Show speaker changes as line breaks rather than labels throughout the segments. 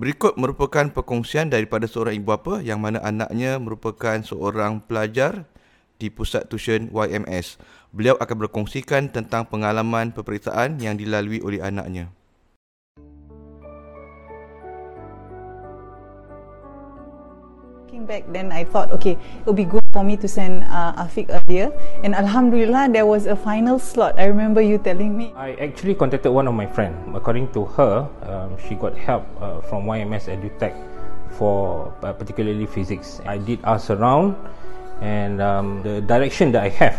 Berikut merupakan perkongsian daripada seorang ibu bapa yang mana anaknya merupakan seorang pelajar di pusat tuition YMS. Beliau akan berkongsikan tentang pengalaman peperiksaan yang dilalui oleh anaknya.
Looking back then I thought okay it would be good for me to send uh, Afiq earlier and alhamdulillah there was a final slot I remember you telling me
I actually contacted one of my friend. According to her, um, she got help uh, from YMS EduTech for uh, particularly physics. I did ask around, and um, the direction that I have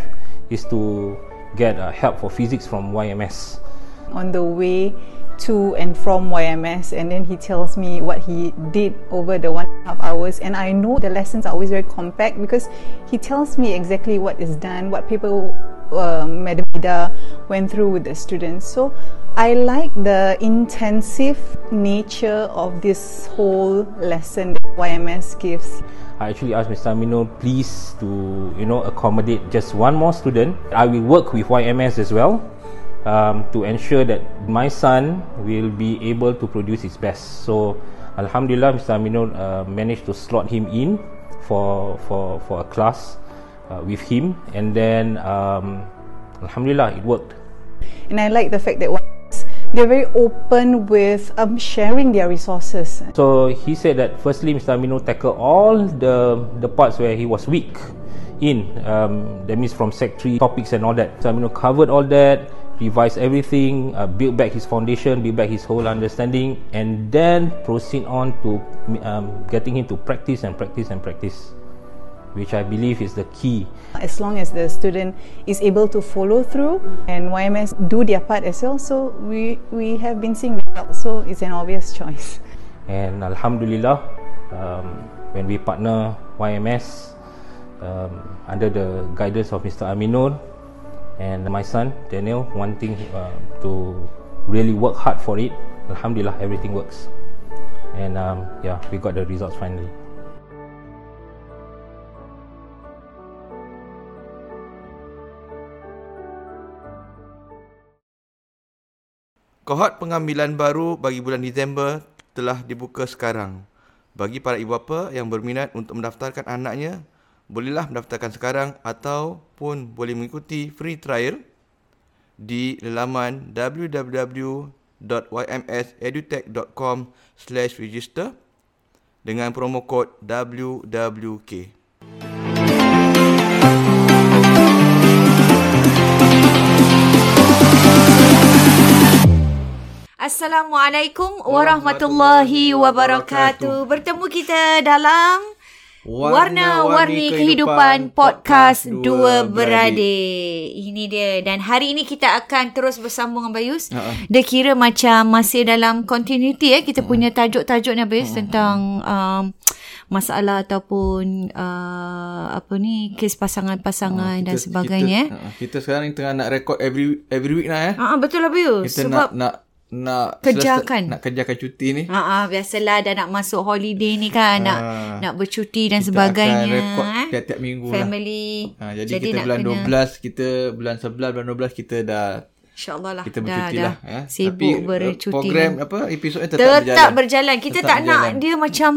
is to get uh, help for physics from YMS.
on the way to and from YMS and then he tells me what he did over the one and a half hours and I know the lessons are always very compact because he tells me exactly what is done, what people uh, Madam Ida went through with the students. So I like the intensive nature of this whole lesson that YMS gives.
I actually asked Mr. Amino please to you know accommodate just one more student. I will work with YMS as well um, to ensure that my son will be able to produce his best. So Alhamdulillah, Mr. Amino uh, managed to slot him in for for for a class uh, with him, and then um, Alhamdulillah, it worked.
And I like the fact that YMS, they're very open with um, sharing their resources.
So he said that firstly, Mr. Amino tackled all the the parts where he was weak in. Um, that means from sec three topics and all that. Mr. Amino covered all that, revised everything, uh, built back his foundation, built back his whole understanding, and then proceed on to um, getting him to practice and practice and practice, which I believe is the key.
as long as the student is able to follow through and YMS do their part as well. So we we have been seeing results. So it's an obvious choice.
And Alhamdulillah, um, when we partner YMS um, under the guidance of Mr. Aminul and my son Daniel, wanting uh, to really work hard for it, Alhamdulillah, everything works. And um, yeah, we got the results finally.
Kohort pengambilan baru bagi bulan Disember telah dibuka sekarang. Bagi para ibu bapa yang berminat untuk mendaftarkan anaknya, bolehlah mendaftarkan sekarang ataupun boleh mengikuti free trial di laman www.ymsedutech.com register dengan promo kod WWK.
Assalamualaikum warahmatullahi wabarakatuh. Bertemu kita dalam Warna-warni kehidupan podcast dua beradik. Ini dia dan hari ini kita akan terus bersambung Abayus. Uh-huh. Dia kira macam masih dalam continuity eh kita punya tajuk-tajuk ni Abayus tentang um, masalah ataupun uh, apa ni kes pasangan-pasangan dan sebagainya. eh.
Ha, Kita, ha, kita sekarang ni tengah nak record every every week lah eh.
Ah uh, betul Abayus
Kita
sebab
nak nak nak
Kejarkan.
selesa- nak kejarkan cuti ni.
Ah, ah, biasalah dah nak masuk holiday ni kan nak
Ah.
nak bercuti dan
Kita
sebagainya.
akan rekod
eh.
tiap-tiap minggu lah.
Family.
Ha, jadi, jadi kita bulan 12 kita bulan 11 bulan 12 kita dah
InsyaAllah lah.
Kita
Dah-
bercuti
dah
lah. eh.
Sibuk
Tapi, eh,
bercuti.
Program apa, episodnya tetap,
tetap
berjalan.
berjalan. Kita
Tetap
tak nak
berjalan. Hmm.
dia macam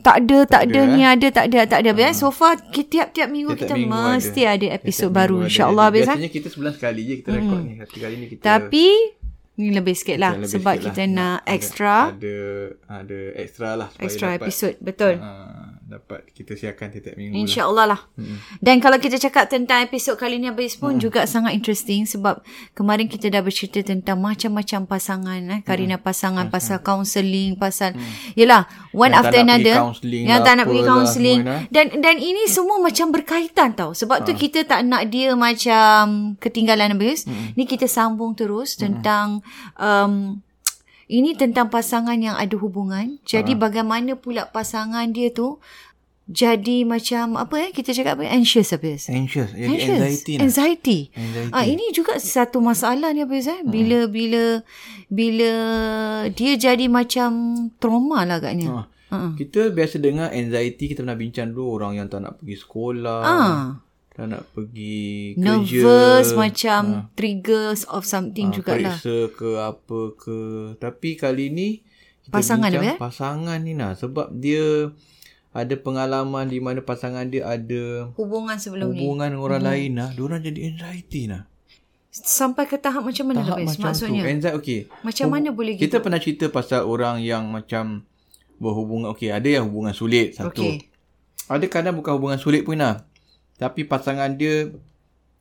tak ada, tak ada,
ada,
ni ada, tak ada, tak ada. Hmm. So far, ki- tiap-tiap minggu kita
Setiap minggu
mesti ada, episod
Setiap
baru.
minggu ada.
InsyaAllah.
Jadi,
Biasanya,
Biasanya kita sebulan sekali je kita rekod ni. Tapi kali ni kita...
Tapi, ni lebih sikit lah.
lebih
sebab
sikit
kita
lah.
nak
Ada-
extra,
Ada ada extra lah. supaya
extra
dapat,
episod. Betul.
Ha, dapat kita siarkan tiap minggu lah.
InsyaAllah lah. Dan kalau kita cakap tentang episod kali ni Abis pun juga sangat interesting sebab kemarin kita dah bercerita tentang macam-macam pasangan. Eh. Karina pasangan, pasal counselling, pasal... Yelah, one
Mm. Yang tak
after
nak pergi
another.
counselling
yang
lah,
tak nak pergi
apalah
counselling.
semua eh. ni,
Dan dan ini
Hmm.
semua macam berkaitan tau. Sebab
Ah.
tu kita tak nak dia macam ketinggalan Abis.
Hmm.
Ni kita sambung terus tentang... Um, ini tentang pasangan yang ada hubungan. Jadi
Ah.
bagaimana pula pasangan dia tu jadi macam apa eh kita cakap apa anxious habis.
Anxious. Jadi
Anxious.
anxiety lah.
Anxiety.
Anxiety. Hmm.
Ah ini juga satu masalah ni habis eh bila bila bila dia jadi macam trauma lah
Ah.
agaknya.
Uh-huh. Kita biasa dengar anxiety kita pernah bincang dulu orang yang tak nak pergi sekolah.
Ah.
Tak nak pergi kerja. Ha.
Nervous macam triggers of
Ah,
something lah. jugalah.
Periksa ke apa ke. Tapi kali ni kita
Pasangan
bincang
apa, eh?
pasangan ni nah sebab dia ada pengalaman di mana pasangan dia ada
Hubungan sebelum ni.
hubungan dengan
Hmm.
orang lain nah, diorang jadi anxiety nah.
Sampai ke tahap macam mana
Tahap
habis
macam
maksudnya?
tu. Anxiety okey.
Macam mana boleh
Kita pernah cerita pasal orang yang macam berhubungan okey, ada yang hubungan sulit satu.
Okey.
Ada kadang bukan hubungan sulit pun lah. Tapi pasangan dia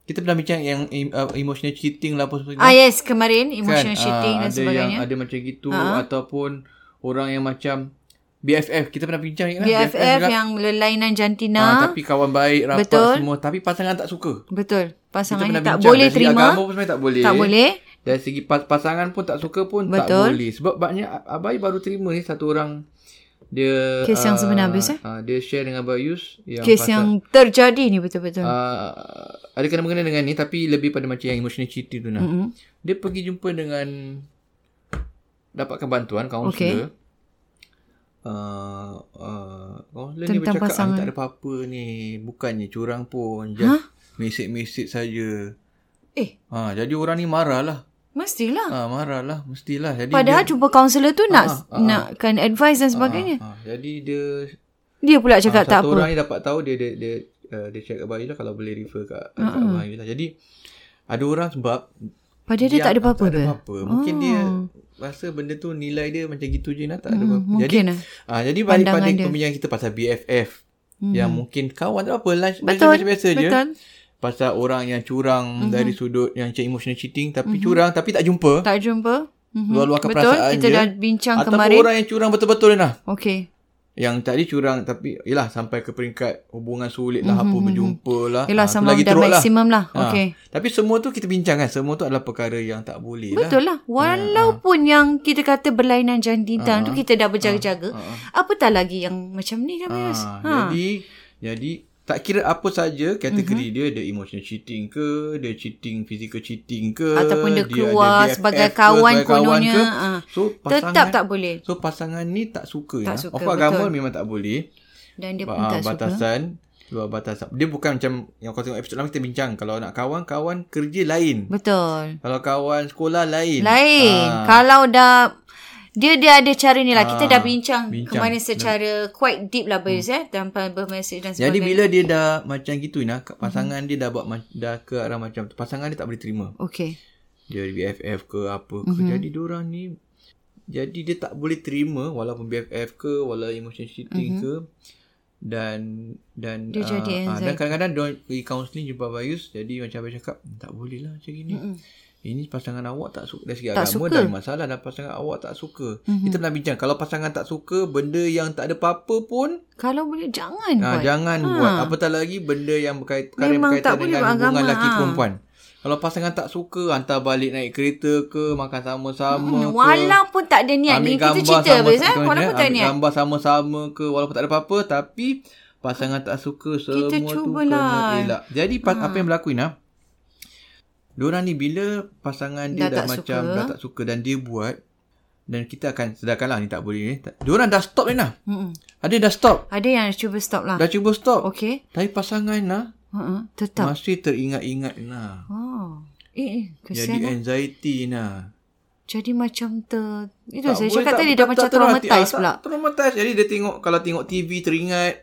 kita pernah bincang yang em- uh, emotional cheating lah apa sebagainya.
Ah yes, kemarin emotional
Ah,
cheating dan
ada
sebagainya. Ah.
Yang ada macam gitu ataupun orang yang macam BFF kita pernah bincang ni lah.
BFF
juga.
yang lelainan jantina.
Ah, tapi kawan baik rapat
Betul.
semua tapi pasangan tak suka.
Betul.
Kita
Pasangan
pernah
ni tak
bincang.
boleh
Dari segi Agama
terima.
pun sebenarnya tak boleh.
Tak boleh.
Dari segi pas- pasangan pun tak suka pun tak
Betul.
boleh. Sebab banyak Abai baru terima ni satu orang dia
Kes yang
ah,
sebenar, Abis, eh?
ah, dia share dengan Bayus yang
Kes
pasal-
yang terjadi ni betul-betul.
uh, ada kena mengena dengan ni tapi lebih pada macam yang emotional cheating tu nah. Mm-hmm. Dia pergi jumpa dengan dapatkan bantuan kaunselor. Okay. Uh, uh, kaunselor ni
Tentang
bercakap
pasangan.
pasangan. tak ada apa-apa ni. Bukannya curang pun. Just huh? mesej-mesej saja.
eh,
Ha, jadi orang ni marah lah.
mestilah.
Ha, marah lah. Mestilah. Jadi
Padahal
dia, Ah,
jumpa kaunselor tu nak nakkan advice dan sebagainya.
ha, jadi dia
Dia pula cakap
Ah,
tak apa.
satu orang ni dapat tahu dia dia dia, uh, dia check abang Ayu lah kalau boleh refer kat, uh-huh. kat abang Ayu lah. Jadi ada orang sebab
Padahal dia tak ada apa-apa. Oh.
tak ada
ke?
apa-apa. Mungkin dia rasa benda tu nilai dia macam gitu je nak tak ada apa-apa.
mungkin
jadi
lah.
ah jadi balik
Pandangan
pada
dia. Mm.
pembincangan kita pasal BFF yang mungkin kawan tak apa lunch
Betul,
lunch biasa je.
betul. Mm-hmm.
Pasal orang yang curang dari sudut yang macam emotional cheating tapi curang tapi tak jumpa.
Tak jumpa. Mhm.
Luar-luarkan
Betul,
perasaan
kita
je.
dah bincang
Ataupun
kemarin.
orang yang curang betul-betul lah.
Okey.
Yang tadi curang tapi yalah sampai ke peringkat hubungan sulit lah apa berjumpa lah.
Mhm, Yelah,
tu Ah,
sama dah
teruk
maksimum lah. Okey.
Tapi semua tu kita bincang kan. Semua tu adalah perkara yang tak boleh lah.
Betul lah.
ah.
Walaupun yang kita kata berlainan jantina tu kita dah
ah,
berjaga-jaga, apatah lagi yang macam ni kan Firas?
Ha, ha. Jadi jadi tak kira apa saja kategori
Mhm.
mm-hmm. dia dia emotional cheating ke, dia cheating physical cheating ke
Ataupun dia
ada
keluar
BFF
sebagai
ke,
kawan
sebagai kawan
kononnya,
ke.
ha.
So pasangan
Tetap tak boleh.
So pasangan ni tak suka
Tak
tak
suka,
suka, Of
betul.
agama memang tak boleh.
Dan dia pun
Ba-
tak suka.
Ah, batasan luar batasan. Dia bukan macam yang kau tengok episod lama kita bincang kalau nak kawan kawan kerja lain.
Betul.
Kalau kawan sekolah lain.
Lain.
Ah,
Kalau dah dia dia ada cara ni lah. Kita dah bincang,
bincang. Hmm.
kemarin secara quite deep lah Bayus eh. Tanpa bermesej dan
Jadi
sebagainya.
bila dia dah macam gitu nah pasangan dia dah buat ma- dah ke arah macam tu. Pasangan dia tak boleh terima.
Okey.
dia BFF ke apa
Mhm.
ke mm-hmm. jadi diorang ni jadi dia tak boleh terima walaupun BFF ke wala emotion cheating mm-hmm. ke dan
Mhm.
dan
Dia
ah,
jadi
ah, dan
anxiety.
kadang-kadang dia pergi counselling jumpa Bayus jadi macam abang cakap tak boleh lah macam gini mm-hmm. ini pasangan awak tak suka dari segi
Tak
tak agama
suka. Mhm.
suka. dan masalah dan pasangan awak tak suka mm-hmm. kita pernah bincang kalau pasangan tak suka benda yang tak ada apa-apa pun
Kalau boleh jangan
Ah,
buat.
jangan ha. buat. Apatah lagi benda yang berkait perkara yang
Eh, Memang
berkaitan
tak boleh
dengan
beragama,
hubungan lelaki
ha.
perempuan. Kalau pasangan tak suka hantar balik naik kereta ke makan sama-sama
Hmm,
ke
walaupun tak ada niat ni.
ambil
Kita
gambar
cerita
sama,
Bayus eh.
sama-
Walaupun tak ada
ambil
niat.
gambar sama-sama ke walaupun tak ada apa-apa tapi pasangan tak suka semua
Kita
tu
cubalah. Ha.
kena elak. Jadi pas, apa yang berlaku Ina? Diorang ni bila pasangan dia
Dah
dah,
tak
macam
suka.
dah tak suka dan dia buat dan kita akan sedarkanlah ni tak boleh ni. Tak- Diorang dah stop Ina.
Mm-mm.
Ada dah stop.
Ada yang cuba stop lah.
Dah cuba stop.
Okey.
Tapi pasangan lah
Uh-uh. Tetap.
Masih teringat-ingat lah
Oh. Eh, eh kesian
Jadi
lah.
anxiety nah.
Jadi macam ter... Itu saya
boleh,
eh? cakap tadi dah macam
terhati-
traumatized
ah, tak
pula.
Traumatized. Jadi dia tengok kalau tengok TV teringat.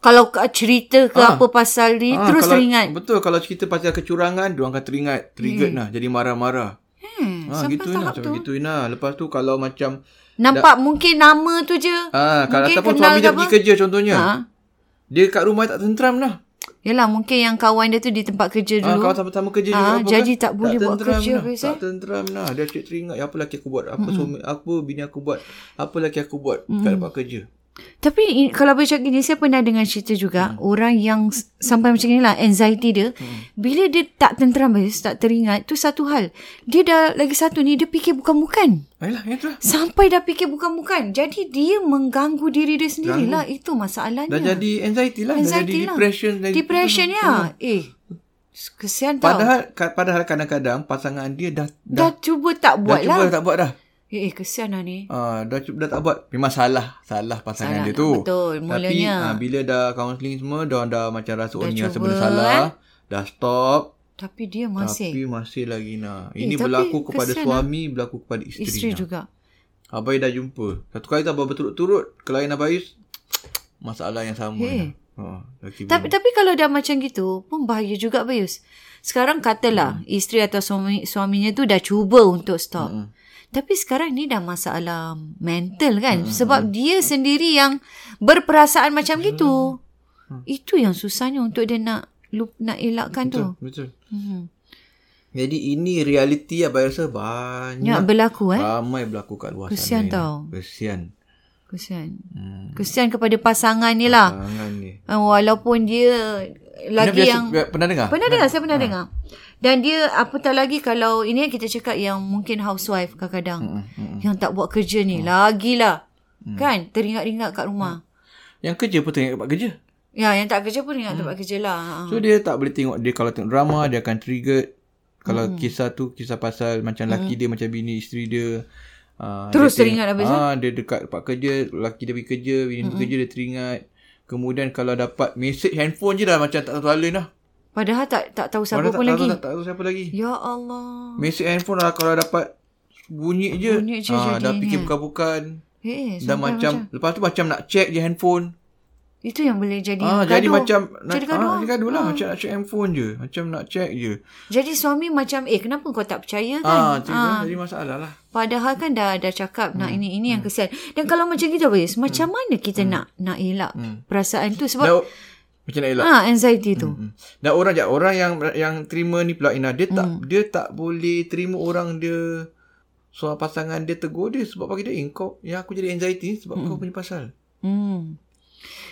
Kalau k- cerita ke
Ah.
apa pasal ni,
Ah,
terus
kalau,
teringat.
Betul kalau cerita pasal kecurangan, dia akan teringat, triggered hmm. nah, jadi marah-marah.
Hmm,
Ha,
sampai
gitu
tahap
nah,
tu.
sampai gitu nah. lah. Lepas tu kalau macam
Nampak mungkin nama tu je.
ah kalau
Mungkin
ataupun
kenal
suami
ke
dia
apa.
pergi kerja contohnya.
Ha?
Dia kat rumah tak tentram lah.
Yelah, mungkin yang kawan dia tu di tempat kerja
Ah,
dulu.
kawan pertama kerja
Ah,
juga apa
jadi tak boleh buat
tentram
kerja
nah.
habis,
Tak
eh. Hmm.
tentram nah. Dia cek teringat apa laki aku buat, apa suami apa bini aku buat, apa laki aku buat kat tempat kerja.
Tapi i- kalau macam gini saya pernah dengar cerita juga hmm. orang yang s- sampai macam inilah anxiety dia hmm. bila dia tak tenteram habis tak teringat tu satu hal dia dah lagi satu ni dia fikir bukan-bukan
Ayolah, itu lah.
sampai dah fikir bukan-bukan jadi dia mengganggu diri dia sendirilah itu masalahnya
Dah jadi anxiety lah,
Ya. anxiety
dah jadi depression
lah.
dah jadi-
depression ya eh kesian tau
Hmm. Padahal ka- padahal kadang-kadang pasangan dia dah
dah,
dah,
cuba tak
dah
buat
cuba
lah
dah tak buat dah.
eh, eh kesian lah ni
Ah, dah cuba dah tak buat. Memang salah, salah pasangan
Salah
dia
lah,
tu.
betul. Mulanya.
Tapi ah, bila dah counselling semua, dah dah macam rasa oh ni rasa
cuba,
benda salah, dah stop.
tapi dia
Masih. Tapi
masih
masih lagi nak.
Eh,
Ini
tapi
berlaku kepada
kesian
suami, berlaku kepada isteri.
isteri
nak.
juga
Abai dah jumpa. Satu kali tak abai berturut-turut. Kelain Abai, masalah yang sama.
Eh.
nak. Ha, laki
Tapi tapi kalau dah macam gitu pun bahaya juga Bayus. Sekarang katalah hmm. isteri atau suami suaminya tu dah cuba untuk stop. Hmm. Tapi sekarang ni dah masalah mental kan hmm. sebab dia sendiri yang berperasaan macam gitu. Hmm. Itu yang susahnya untuk dia nak lup, nak elakkan
betul,
tu.
betul.
Hmm.
Jadi ini realiti Abai rasa banyak.
Ya berlaku eh.
Ramai berlaku kat luar
Kesian
sana. ni.
tau.
Kesian.
Kesian.
Hmm.
Kesian kepada pasangan ni lah.
Tangan ni.
Ah, Walaupun dia lagi
Pernah
yang
biasa- Pernah dengar?
Pernah dengar, saya pernah dengar. Dan dia apatah lagi kalau ini yang kita cakap yang mungkin housewife
Mm,
kadang-kadang. Yang tak buat kerja ni. Lagilah. Kan? Teringat-ingat kat
Mm.
rumah.
Yang kerja pun tengok tempat kerja.
Ya, yang tak kerja pun ingat
Mm.
tempat kerja lah. Ha.
So dia tak boleh tengok dia kalau tengok drama dia akan trigger
Hmm.
kalau kisah tu kisah pasal macam laki dia macam bini isteri dia uh,
Terus
dia
teringat Hmm. habis,
ah, dia dekat tempat kerja laki dia pergi kerja bini mm bekerja dia teringat kemudian kalau dapat mesej handphone je dah macam tak tahu alin dah
Padahal tak tak tahu siapa
Mana tak,
pun
tahu-
lagi.
tak, tak tahu siapa lagi
Ya Allah.
mesej handphone lah kalau dapat bunyi je,
Bunyi je
ah, dah
jadinya.
fikir bukan-bukan
Eh,
dah
sampai
macam, lepas tu macam nak check je handphone
Itu yang boleh jadi Eh,
ah
gaduh.
jadi macam nak
Jadi gaduh.
ah, jadi gaduh lah macam nak check handphone je macam nak check je
Jadi suami macam, eh kenapa kau tak percaya kan?
ah tu ah. jadi masalah lah
Padahal kan dah dah cakap nak
Hmm.
ini ini yang kesian. Dan kalau macam gitu Bayus, macam mana kita nak nak elak
Hmm.
perasaan tu sebab
Dah, macam nak elak.
Oh. Ah, anxiety tu. Hmm.
Hmm. Dan orang je orang yang yang terima ni pula Ina dia
Hmm.
tak dia tak boleh terima orang dia soal pasangan dia tegur dia sebab bagi dia "Eh, kau yang aku jadi anxiety ni sebab
Hmm.
kau punya pasal.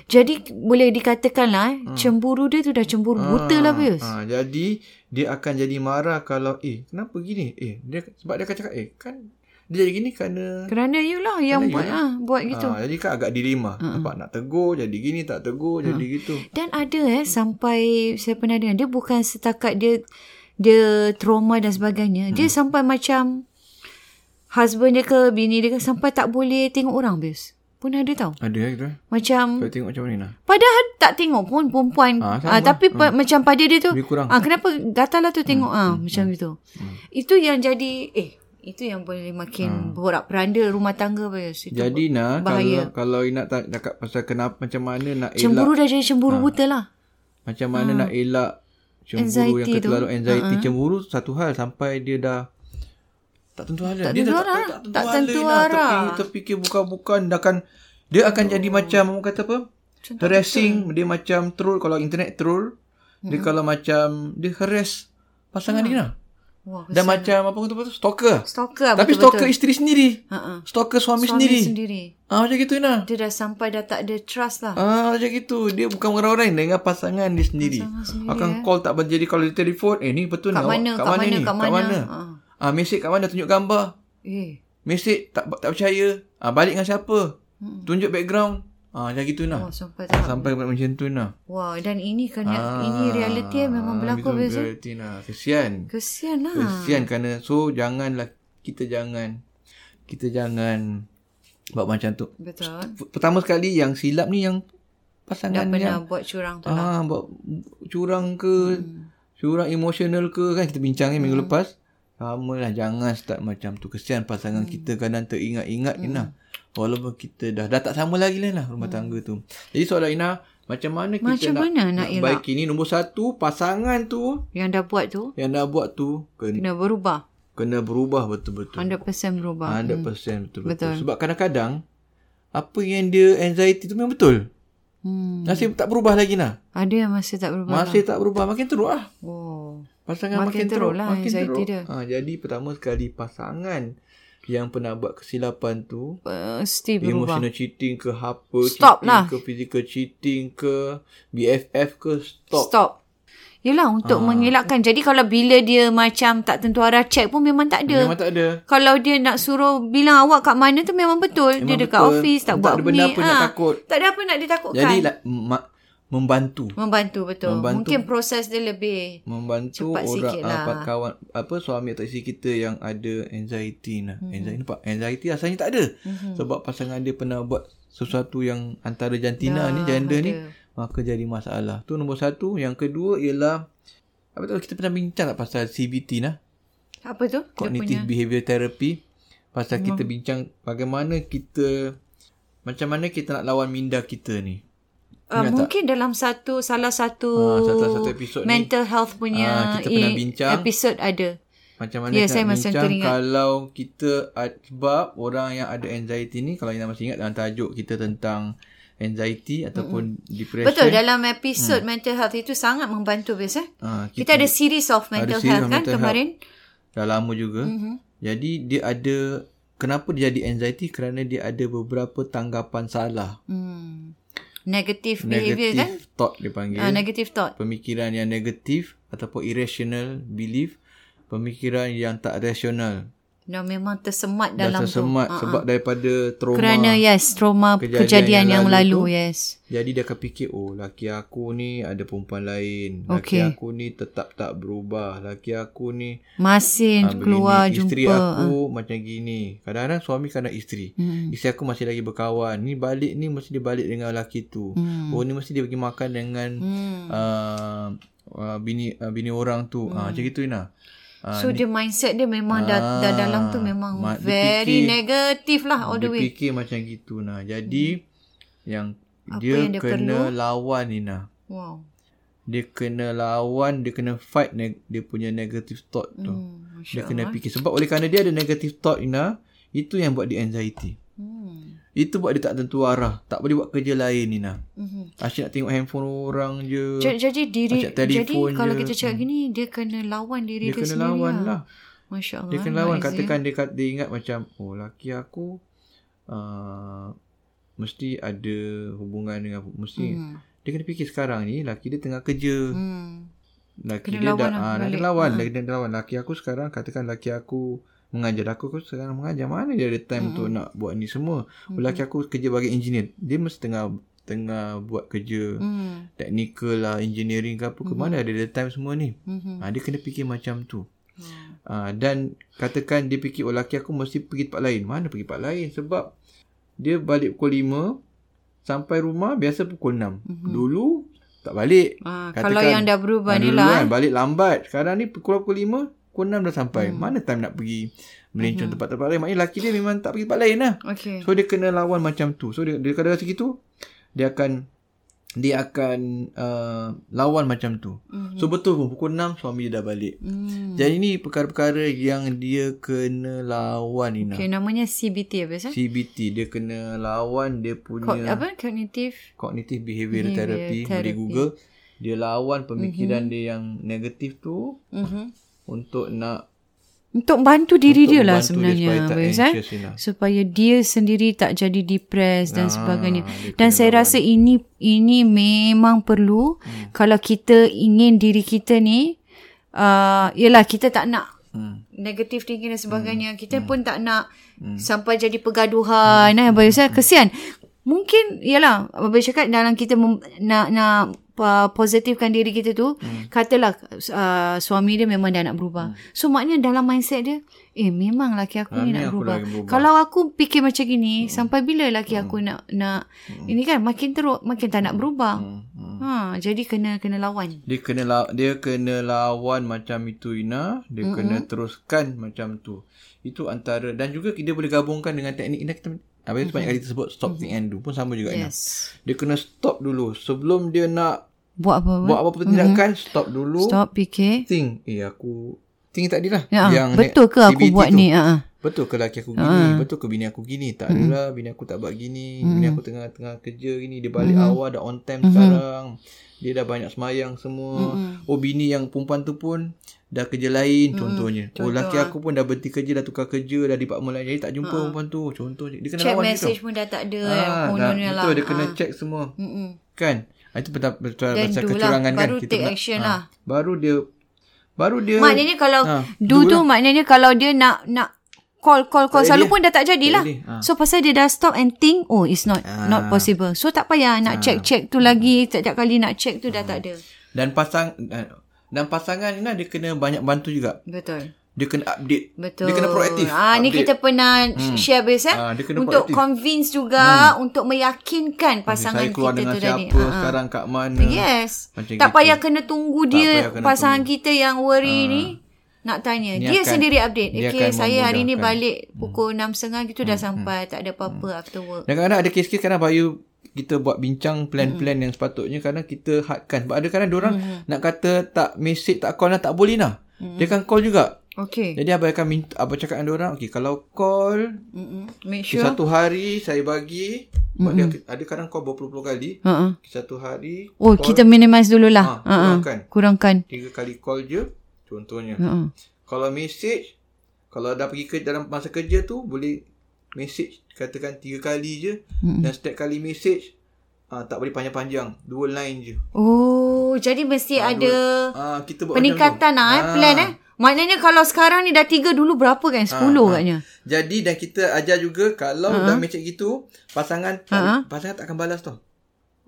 Jadi boleh dikatakan lah eh, cemburu dia tu dah cemburu buta lah Pius.
Ha, jadi dia akan jadi marah kalau eh kenapa gini? Eh dia sebab dia akan cakap eh kan dia jadi gini kerana
Kerana you lah yang buat lah, buat gitu. Hmm.
Ha, jadi kan agak dilema. Nampak nak tegur jadi gini tak tegur jadi gitu.
Dan ada eh sampai saya pernah dengar dia bukan setakat dia dia trauma dan sebagainya. Dia sampai macam husband dia ke bini dia ke sampai tak boleh tengok orang Pius. Pun ada tau.
Ada eh kita.
Macam
Kau tengok macam mana Ina?
Padahal tak tengok pun perempuan. Ha,
Ah, sama.
ha, tapi pa, macam pada dia tu.
Lebih kurang. Hmm.
Ah, kenapa gatal lah tu tengok. Hmm. Ha, macam gitu. Itu yang jadi. Eh, itu yang boleh makin borak peranda rumah tangga. Bayus. Itu
Jadi nah
bahaya.
kalau kalau Ina tak cakap pasal kenapa macam mana nak elak Ah.
Cemburu dah jadi cemburu buta lah.
Macam mana nak elak cemburu anxiety yang
Anxiety tu.
keterlaluan anxiety cemburu satu hal sampai dia dah tak tentu arah. dia
tentu
dah
arah.
tak, tak,
Tak
tak,
tentu
tentu arah. Lah.
arah.
Terfikir, terfikir bukan-bukan dia akan dia akan jadi macam orang kata apa? Harassing, dia macam troll kalau internet troll. Dia
Hmm.
kalau macam dia harass pasangan dia lah.
Ya. Wah,
Dan macam apa kata apa tu stalker.
stalker lah
Tapi stalker isteri sendiri.
Ha-ha.
Stalker suami,
Suami
sendiri.
sendiri.
Ah macam gitu Ina.
Dia dah sampai dah tak ada trust lah.
Ah macam gitu Dia bukan orang lain Dengan pasangan dia sendiri pasangan
sendiri,
Akan eh. call tak berjadi Kalau dia telefon Eh ni betul
Kat
ni awak
mana, kat mana, kat mana.
Ah, Mesej kat mana Tunjuk gambar
Eh,
Mesej tak tak percaya ah, Balik dengan siapa hmm. Tunjuk background ah, Macam gitu nah Ah,
wah, oh, sampai tak.
Sampai macam tu nah
Wah, dan ini kena,
Ah,
ini realiti yang memang berlaku.
gitu,
Bayus.
reality, nah. Kesian
Kesian lah.
Kesian kerana So janganlah Kita jangan Kita jangan Buat macam tu
Betul.
Pertama sekali Yang silap ni yang
Dah
Pasangan
pernah
yang
buat curang tu lah.
Ah, buat curang ke hmm. Diorang emotional ke kan kita bincang kan
Hmm.
minggu lepas. Sama lah jangan start macam tu. Kesian pasangan
Hmm.
kita kadang teringat-ingat hmm. Ina. Walaupun kita dah dah tak sama lagi lah, lah rumah tangga tu. Jadi soalan Ina macam mana kita
Hmm. Macam
nak,
mana nak elak?
baiki ni nombor satu pasangan tu
Yang dah buat tu
yang dah buat tu kena,
kena berubah.
kena berubah betul-betul.
100% berubah. Hmm.
100% betul-betul.
Betul.
Sebab kadang-kadang apa yang dia anxiety tu memang betul.
Hmm.
Nasib tak berubah lagi lah.
Ada yang masih tak berubah.
Masih tak berubah. Makin teruk lah.
Oh.
Pasangan makin,
Makin teruk lah anxiety dia.
Ha, jadi pertama sekali pasangan yang pernah buat kesilapan tu.
Pasti Uh, berubah.
Emotional cheating ke apa.
Stop
cheating
lah.
ke physical cheating ke BFF ke stop.
Stop. Yelah untuk
Ah.
mengelakkan. Jadi kalau bila dia macam tak tentu arah check pun memang tak ada.
Memang tak ada.
kalau dia nak suruh bilang awak kat mana tu memang betul. dia
Memang
dekat
betul.
office tak,
Tak
buat
ada
ni.
benda
Ah.
apa nak takut.
Tak ada apa nak ditakutkan.
Jadi lah, ma- membantu.
membantu betul.
Membantu.
Mungkin proses dia lebih.
Membantu
Cepat
orang
sikit
ah,
lah.
apa, kawan apa suami atau isteri kita yang ada anxiety nah. Hmm. Anxiety nampak anxiety asalnya tak ada. Hmm. Sebab pasangan dia pernah buat sesuatu yang antara jantina ni janda ni maka jadi masalah. Tu nombor satu. Yang kedua ialah apa tahu kita pernah bincang tak pasal CBT nah,
Apa tu? Dia
cognitive
punya-
behavior therapy. Pasal kita bincang bagaimana kita macam mana kita nak lawan minda kita ni.
Ah, mungkin dalam satu salah satu,
Ah, salah satu episod ni.
mental health punya
Ah, kita pernah
i-
bincang.
episod ada.
Macam
Ya,
mana yeah,
saya
kita nak
macam
bincang
teringat.
kalau kita ad- sebab orang yang ada anxiety ni kalau Ina masih ingat dalam tajuk kita tentang anxiety ataupun mm-hmm. depression.
Betul dalam episod hmm. mental health itu sangat membantu biasa.
Ah,
kita, kita ada series of mental
series
health
of
kan
mental
kemarin.
Dah lama juga. Mm-hmm. Jadi dia ada kenapa dia jadi anxiety kerana dia ada beberapa tanggapan salah.
Hmm. Negative behavior
Negative
kan?
thought dia panggil.
Ah, negative thought.
pemikiran yang negatif ataupun irrational belief, pemikiran yang tak rasional.
Dah memang tersemat
Dan
dalam
tersemat
tu. Ah,
sebab daripada
ah.
trauma.
Kerana yes, trauma
Kejadian
kejadian,
yang
yang, lalu,
lalu tu.
yes.
Jadi dia akan fikir oh laki aku ni ada perempuan lain. Laki
Okey.
aku ni tetap tak berubah. Laki aku ni
Masih
ah, begini.
keluar
isteri
jumpa. ah.
aku macam gini. Kadang-kadang suami kadang isteri. Hmm. Isteri aku masih lagi berkawan. Ni balik ni mesti dia balik dengan laki tu. Hmm. Oh ni mesti dia pergi makan dengan hmm. uh, uh, bini uh, bini orang tu. Hmm. Ah macam gitu Ina. Ah,
So dia mindset dia memang dah, dah
Ah,
dalam tu memang
ma- dia
very
fikir-
negative lah all the
dia
way. Hmm.
fikir macam gitu nah. Jadi yang
Apa
dia,
yang dia
kena lawan Ina.
Wow.
Dia kena lawan, dia kena fight neg- dia punya negative thought tu. Hmm.
Hmm,
Dia
Masya
kena fikir sebab oleh kerana dia ada negative thought Ina, itu yang buat dia anxiety.
Hmm.
Itu buat dia tak tentu arah, tak boleh buat kerja lain Ina.
Mhm.
Asyik nak tengok handphone orang je.
Jadi, jadi diri
Macam
jadi
telefon
kalau
je. Hmm.
kita cakap gini dia kena lawan diri
dia
dia,
kena
sendiri.
lawan lah.
Masya Allah.
Dia kena lawan
Aziz.
katakan dia, kat- dia ingat macam oh laki aku uh, mesti ada hubungan dengan mesti
Hmm.
dia kena fikir sekarang ni laki dia tengah kerja.
Hmm.
Laki
Kena
dia
lawan
dah
lah,
ah, nak
balik.
kena lawan,
Ha.
laki dia kena lawan. Laki aku sekarang katakan laki aku mengajar aku aku sekarang mengajar mana dia ada time untuk
Hmm.
nak buat ni semua. Mm-hmm. Laki aku kerja bagi engineer. Dia mesti tengah tengah buat kerja
Hmm.
technical lah, engineering ke apa ke mana ada dia time semua ni.
Mhm.
Ha, dia kena fikir macam tu. Ha, dan katakan dia fikir, oh laki aku mesti pergi tempat lain. Mana pergi tempat lain? Sebab dia balik pukul 5, sampai rumah biasa pukul 6. Mm-hmm. Dulu tak balik.
Ah, kalau yang dah berubah
ah,
ni
dulu
lah,
Kan, balik lambat. Sekarang ni pukul pukul 5, pukul 6 dah sampai. Mm. Mana time nak pergi melencong mm-hmm. tempat-tempat lain. Maknanya laki dia memang tak pergi tempat lain lah.
eh. Okay.
So dia kena lawan macam tu. So dia dia kalau rasa gitu, dia akan dia akan uh, lawan macam tu. Mm-hmm. So betul pun pukul 6 suami dia dah balik.
Hmm.
Jadi ni perkara-perkara yang dia kena lawan Nina.
Okay, namanya CBT apa sah?
ya. CBT dia kena lawan dia
Co-
punya
apa? Cognitive?
cognitive behavior
Behaviour
therapy, boleh
therapy. Mhm.
Google. Dia lawan pemikiran mm-hmm. dia yang negatif tu
Mm-hmm.
untuk nak
Untuk bantu diri
untuk
dia lah
membantu
sebenarnya.
dia supaya tak
Bayus, eh?
anxious Nina.
supaya dia sendiri tak jadi depres dan
Ah,
sebagainya.
dia
Dan
kena
saya
lawan.
rasa ini ini memang perlu hmm. kalau kita ingin diri kita ni uh, yelah kita tak nak
Hmm.
negatif thinking dan sebagainya. Kita pun tak nak sampai jadi pergaduhan. Hmm. Eh, Abang Yusuf, kesian. Mungkin, yalah, Abang cakap dalam kita mem- nak, nak uh, positifkan diri kita tu hmm. katalah uh, suami dia memang dah nak berubah hmm. so maknanya dalam mindset dia eh memang laki aku
Ah,
ni
ni
nak
aku
berubah.
lagi berubah.
kalau aku fikir macam gini hmm. sampai bila laki aku
Hmm.
nak nak ini kan makin teruk makin tak nak berubah
Hmm,
ha jadi kena kena lawan
Dia kena la- dia kena lawan macam itu Ina,
Mhm.
dia mm-hmm. kena teruskan macam tu. Itu antara dan juga dia boleh gabungkan dengan teknik Ina kita apa mm-hmm. banyak kali kita sebut stop mm-hmm. think and do pun sama juga
Mhm.
Ina.
yes
Dia kena stop dulu sebelum dia nak
buat apa Mhm.
buat apa-apa tindakan mm-hmm. stop dulu.
stop fikir
Think eh aku think tadi lah
ya, betul ke aku
TBT
buat
tu.
ni Mhm. ha
Betul ke laki aku gini Betul ke bini aku gini Tak ada lah Bini aku tak buat gini Bini
Mhm.
aku tengah-tengah kerja gini Dia balik awal Dah on time sekarang Dia dah banyak semayang semua
Mhm.
Oh bini yang perempuan tu pun Dah kerja lain Contohnya Oh
ah.
laki aku pun dah berhenti kerja Dah tukar kerja Dah di department lain Jadi tak jumpa perempuan tu Contohnya Dia
Ha.
kena
Check
lawan
message
gitu
pun dah tak ada
Ah,
ah,
dah,
lah,
Betul dia kena check semua
Mm-mm.
Kan Ah, Itu betul betul
Then
pasal
do lah.
kecurangan kan
Baru take
pula-
action
ah,
lah.
Baru dia Baru dia
Maknanya kalau
Ah,
do
do
tu maknanya kalau dia nak nak call call call selalu
jadi.
pun dah tak jadilah.
jadi, ah.
So pasal dia dah stop and think oh it's not not possible. So tak payah
Ah.
nak check check
Hmm.
tu lagi setiap kali nak check tu dah tak ada.
Dan pasang ah, Dan pasangan Ina dia kena banyak bantu juga
Betul.
Dia kena update.
Betul.
Dia kena proaktif.
Ah ni kita pernah hmm. share base eh.
Ah, dia kena
untuk
proaktif.
convince juga untuk meyakinkan pasangan
Saya keluar
kita
dengan
tu
siapa,
tadi. Ah,
tadi.
eh? ah.
sekarang kat mana.
Yes.
Ya. Macam
tak
gitu.
payah kena tunggu dia
payah kena Ha.
pasangan kita yang worry ni nak tanya.
Ni
dia
akan-
sendiri update.
dia
okay,
akan
saya hari ni
memudahkan. Hmm.
balik pukul 6.30 gitu dah sampai. Tak ada apa-apa after work.
Dan kadang-kadang ada kes-kes kadang bayu kita buat bincang plan-plan yang sepatutnya kadang kita hadkan. Sebab ada kadang orang nak kata tak message, tak call lah, tak boleh lah. Dia akan call juga.
Okay.
Jadi abang akan minta, abang cakap dengan orang, okay kalau call
Mm-mm. Hmm. Make sure.
sure. satu hari saya bagi, sebab dia, ada kadang call berpuluh-puluh kali,
Ha-ha.
satu hari
Oh, kita minimize dululah.
Ah,
Ha,
kurangkan.
Kurangkan. Uh-uh.
tiga kali call je, contohnya.
Ha-ha.
Kalau message, kalau dah pergi ke dalam masa kerja tu boleh message katakan tiga kali je mm-hmm. dan setiap kali message ah, tak boleh panjang-panjang, dua line je.
Oh, jadi mesti ada
Ah kita buat
peningkatan
macam
lah eh,
Ah.
plan eh. Maknanya kalau sekarang ni dah tiga dulu berapa kan?
ah.
Sepuluh katnya.
Jadi dan kita ajar juga kalau dah message gitu, pasangan tak, pasangan tak akan balas tau.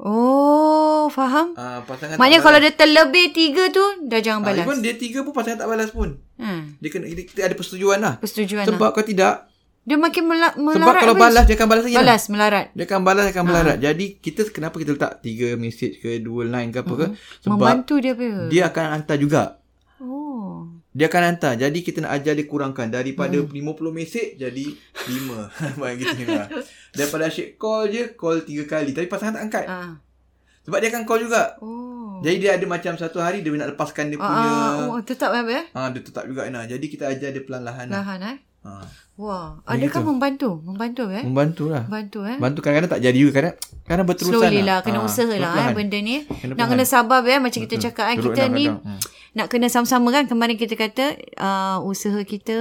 Oh, faham?
Ah pasangan
Maknanya
tak
kalau dia terlebih tiga tu, dah jangan
balas. Ah,
balas.
even dia tiga pun pasangan tak balas pun.
Ha.
Dia kena kita kita ada persetujuan lah.
Persetujuan lah.
Sebab kalau tidak,
Dia makin mela- melarat.
sebab kalau
pun.
balas dia akan balas lagi. lah.
Balas, Ah. melarat.
Dia akan balas akan melarat. Jadi kita kenapa kita letak tiga message ke dua line ke apa ke? Sebab
Mm-hmm. Membantu dia apa?
dia akan hantar juga.
Oh.
Dia akan hantar. Jadi kita nak ajar dia kurangkan daripada
Mm.
hmm. 50 mesej jadi 5. Macam gitu lah. Daripada asyik call je call 3 kali tapi pasangan tak angkat.
Ah.
Sebab dia akan call juga.
Oh.
Jadi dia ada macam satu hari dia nak lepaskan dia punya
Ah, oh, tetap apa ya?
Ah dia tetap juga Ina. Jadi kita ajar dia perlahan-lahan. Lah.
Lahan eh.
Ha.
Wah, adakah membantu? Membantu eh?
Membantulah.
Membantu eh?
Bantu kadang-kadang tak jadi juga kadang kadang berterusan.
Slowly lah Kena
Ah,
usaha lah eh,
perlahan.
Benda ni
Kena
Nak
perlahan.
kena sabar eh, Macam kita cakap eh,
Turut
Kita
nak
ni
kadang. Hmm.
Nak kena sama-sama kan Kemarin kita kata uh, Usaha
Hmm.
kita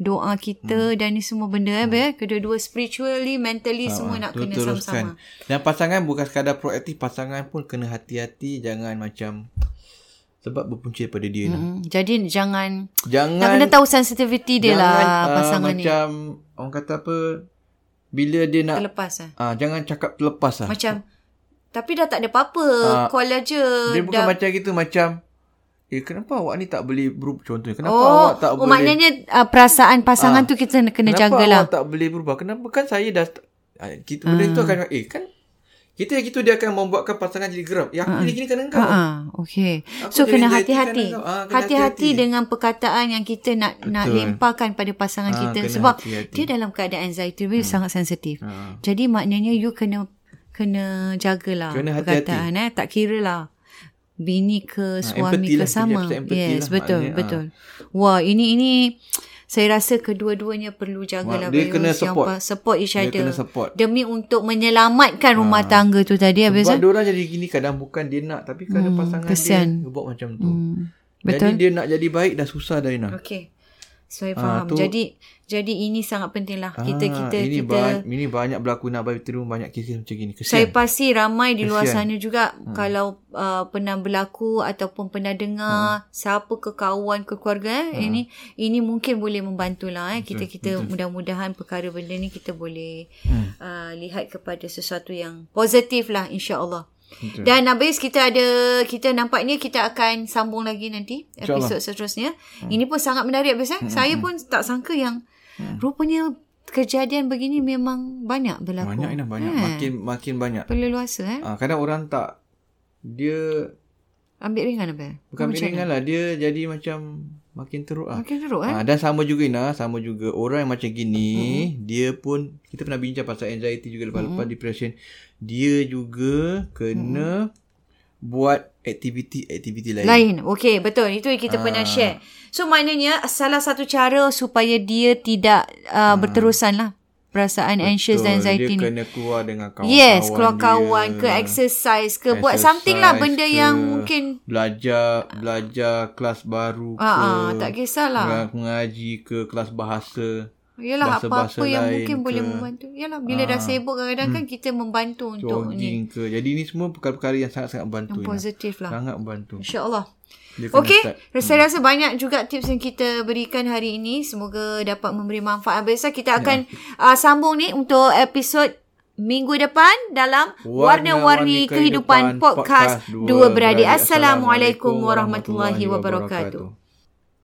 Doa kita Dan ni semua benda eh, eh. Kedua-dua spiritually Mentally
Ah,
semua nak kena sama-sama
Dan pasangan bukan sekadar proaktif, pasangan pun kena hati-hati jangan macam sebab berpunca daripada dia. Mm-hmm.
Hmm, Jadi jangan
Jangan
Nak kena tahu sensitivity dia lah
ah,
Pasangan ni
macam orang kata apa bila dia nak
Terlepas lah
ah jangan cakap terlepas lah.
Macam Tapi dah tak ada apa-apa Call aja
Ah, dia bukan
dah,
macam gitu macam eh kenapa awak ni tak boleh berubah contohnya? Kenapa
Oh,
awak tak
oh
boleh Ah,
maknanya uh, Perasaan pasangan tu Kita kena lah.
Kenapa
jagalah
awak tak boleh berubah? Kenapa kan saya dah ah, kita benda tu
Hmm.
akan eh kan kita yang gitu dia akan membuatkan pasangan jadi geram. Ya aku jadi gini kan engkau.
Ha okey.
Aku
So
jadi
kena
jadi
hati-hati.
kan, ah, kena
Hati-hati
hati-hati.
dengan perkataan yang kita nak Betul. nak limpahkan pada pasangan
Ah,
kita
kena
sebab
hati-hati. Hmm.
dia dalam keadaan anxiety dia sangat sensitif.
Ah.
Jadi maknanya you kena kena jagalah
Kena hati-hati.
perkataan eh tak kiralah bini ke suami
empathy
ke
lah. Kita
sama.
cakap empathy
Yes,
lah
betul,
maknanya, ah.
betul. Wah, ini ini saya rasa kedua-duanya perlu jagalah
Dia
Bayus,
kena
yang
support.
pa- support each
Dia
other
kena support. Ha.
demi untuk menyelamatkan rumah tangga tu tadi habis
Sebab dia orang jadi gini kadang bukan dia nak tapi kadang hmm, pasangan
kesian.
dia buat macam tu. Hmm,
betul.
Jadi dia nak jadi baik dah susah dah Ina.
Okey. Saya faham.
tu- Ah,
jadi jadi ini sangat pentinglah kita kita
ini
kita
Ba- ini banyak berlaku nak baik terima banyak kisah macam gini.
saya
Kesian.
pasti ramai di luar
Kesian.
sana juga hmm. kalau uh, pernah berlaku ataupun pernah dengar siapa ke kawan ke keluarga eh ini ini mungkin boleh membantulah eh kita kita mudah-mudahan perkara benda ni kita boleh hmm. uh, lihat kepada sesuatu yang positif lah insya-Allah. Betul. Dan habis kita ada kita nampaknya kita akan sambung lagi nanti episod seterusnya. Hmm. Ini pun sangat menarik habis eh. Hmm. Saya pun tak sangka yang hmm. rupanya kejadian begini memang banyak berlaku.
Banyak Ina, banyak.
Kan?
Makin makin banyak.
Perleluasa eh.
Ah, kadang orang tak dia
Ambil ringan apa?
bukan ambil ringan lah dia jadi macam makin teruk lah.
Makin teruk eh.
Ah, dan sama juga Ina, sama juga orang yang macam gini, mm-hmm. dia pun kita pernah bincang pasal anxiety juga lepas-lepas mm-hmm. depression. Dia juga kena mm-hmm. buat aktiviti-aktiviti lain.
Lain. Okey, betul. Itu yang kita pernah
eh. Ah.
share. So maknanya salah satu cara supaya dia tidak uh, berterusan lah perasaan anxious dan
Ah. Betul,
anxiety
dia
ni.
kena keluar dengan kawan-kawan
Yes, keluar
dia.
kawan ke exercise ke buat something lah
Exercise
benda
ke,
yang mungkin
belajar belajar kelas baru ke
Ah, ah, tak kisahlah.
meng- mengaji ke kelas bahasa
Yalah
bahasa-bahasa
apa-apa yang
lain
mungkin boleh
ke, Ah. Hmm.
membantu. Yalah bila dah sibuk kadang-kadang kan kita membantu untuk ni.
jogging ke jadi ini semua perkara-perkara yang sangat-sangat bantu
Yang
Ina.
positif lah.
sangat bantu
InsyaAllah.
Dia kena
Okey,
start.
saya rasa banyak juga tips yang kita berikan hari ini. Semoga dapat memberi manfaat. Biasa kita akan ya. uh, sambung ni untuk episod minggu depan dalam Warna-Warni Kehidupan Podcast Dua Beradik. Assalamualaikum warahmatullahi wabarakatuh.